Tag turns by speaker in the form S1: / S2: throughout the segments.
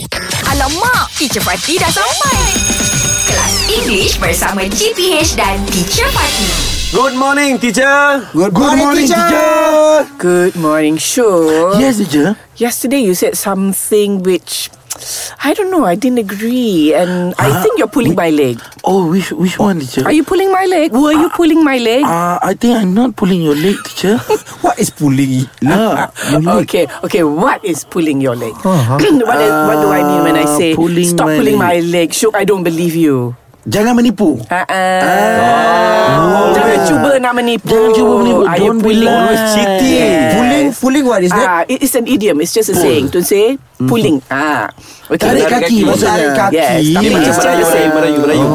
S1: macam mak. Teacher Fatih dah sampai. Kelas English bersama GPH dan Teacher Fatih.
S2: Good morning, teacher.
S3: Good
S4: morning, teacher.
S5: Good morning, sure.
S4: Yes, teacher.
S5: Yesterday you said something which I don't know, I didn't agree and I think you're pulling my leg.
S4: Oh, which which one, teacher?
S5: Are you pulling my leg? Ah. Were you pulling my leg?
S4: Uh, I think I'm not pulling your leg, teacher.
S3: What is pulling?
S4: ah, your leg.
S5: Okay, okay. What is pulling your leg? what, is, what do I mean when I
S4: Uh,
S5: say
S4: pulling
S5: stop
S4: my
S5: pulling
S4: leg."
S5: my leg? Shook, I don't believe you.
S4: Jangan menipu.
S5: Uh-uh. Jangan cuba nak menipu.
S4: Jangan cuba
S3: Oh,
S4: menipu.
S5: Are you
S4: Don't be
S5: pulling?
S4: lies.
S5: Yes.
S3: Pulling, pulling what is that?
S5: Ah, it is an idiom. It's just a saying to say pulling. Ah, okay.
S4: Mm-hmm. Tarik Ah. kaki.
S3: Oh, tarik kaki.
S5: Yes, tapi
S3: Ini
S5: it's
S3: macam
S5: just
S3: Melayu,
S5: the same.
S2: Melayu, Melayu.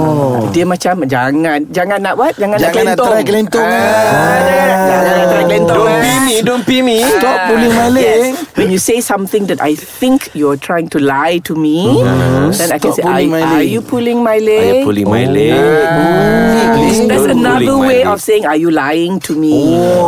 S5: Dia macam jangan jangan nak what? Jangan,
S4: Jangan nak
S5: nak kelentong.
S4: try kelentong,
S5: Ah,
S4: eh.
S5: jangan, jangan nak try kelentong.
S2: Don't
S5: eh.
S4: ah.
S2: pee me, don't pee me.
S4: Stop pulling my leg.
S5: Ah, Yes. When you say something that I think you're trying to lie to me, then I can
S4: Hmm? Stop
S5: say, are,
S4: pulling my
S5: are
S4: leg."
S5: you pulling my leg?
S2: Are you pulling my leg? Please
S5: That's
S2: don't
S5: another
S2: pulling my
S5: way
S2: leg.
S5: of saying, are you lying to me? Yeah.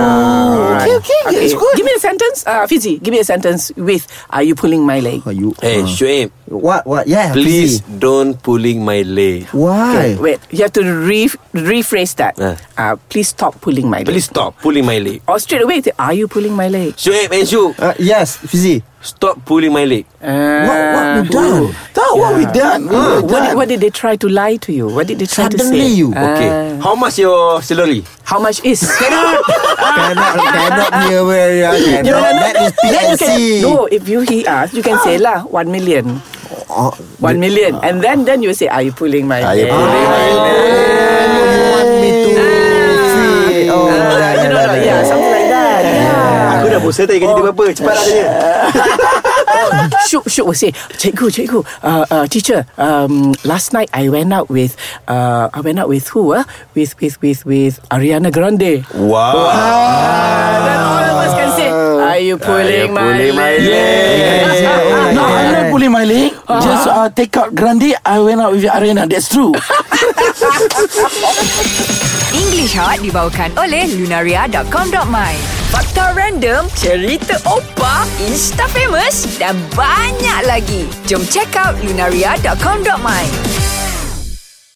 S5: alright.
S4: Oh. Okay, okay, it's good.
S5: Give me a sentence. Uh, Fizi, give me a sentence with, are you pulling my leg?
S3: Oh, you.
S2: Hey, Shoaib,
S3: What? What? Yeah.
S2: please don't pulling my leg.
S3: Why?
S5: Wait, you have to re- rephrase that.
S2: Ah.
S5: Uh, please stop pulling my leg.
S2: Please stop pulling my leg.
S5: Or straight away, say, are you pulling my leg?
S2: Shoaib and Shu,
S3: Uh, yes, Fizi.
S2: stop pulling my leg.
S5: Uh,
S4: What what we done? Tahu Ah. what we done? We
S5: what,
S4: done.
S5: did, what did they try to lie to you? What did they try to
S3: Suddenly
S5: say? Uh,
S3: you.
S2: Okay. How much your salary?
S5: How much is?
S3: cannot, cannot near where you are. Cannot. That is
S5: Then you
S3: PNC.
S5: can, no, if you he ask, you can say lah one million.
S3: Oh, Ah,
S5: One million, and then then you say, are you pulling my? Ah. Are
S2: you pulling my
S3: you want me to free? Oh, right,
S5: Ah. you know,
S3: right, right,
S5: yeah,
S3: right.
S5: something like that. Yeah.
S3: Ah.
S2: Aku dah bosan tak gaji dia berapa. Cepat lah tanya.
S5: Shook, Shook will say, Cikgu, Cikgu, uh, uh, teacher, um, last night I went out with, uh, I went out with who? Uh? With, with, with, with Ariana Grande. Ah,
S2: Wow.
S4: Ah.
S5: And then all of us can say, are you pulling my
S2: pulling my
S5: leg? Ah.
S2: leg?
S4: No, I'm not pulling my leg. Just uh, take out Grande. I went out with Arena. That's true.
S1: English Hot dibawakan oleh Lunaria.com.my Fakta random, cerita opa, insta famous dan banyak lagi. Jom check out Lunaria.com.my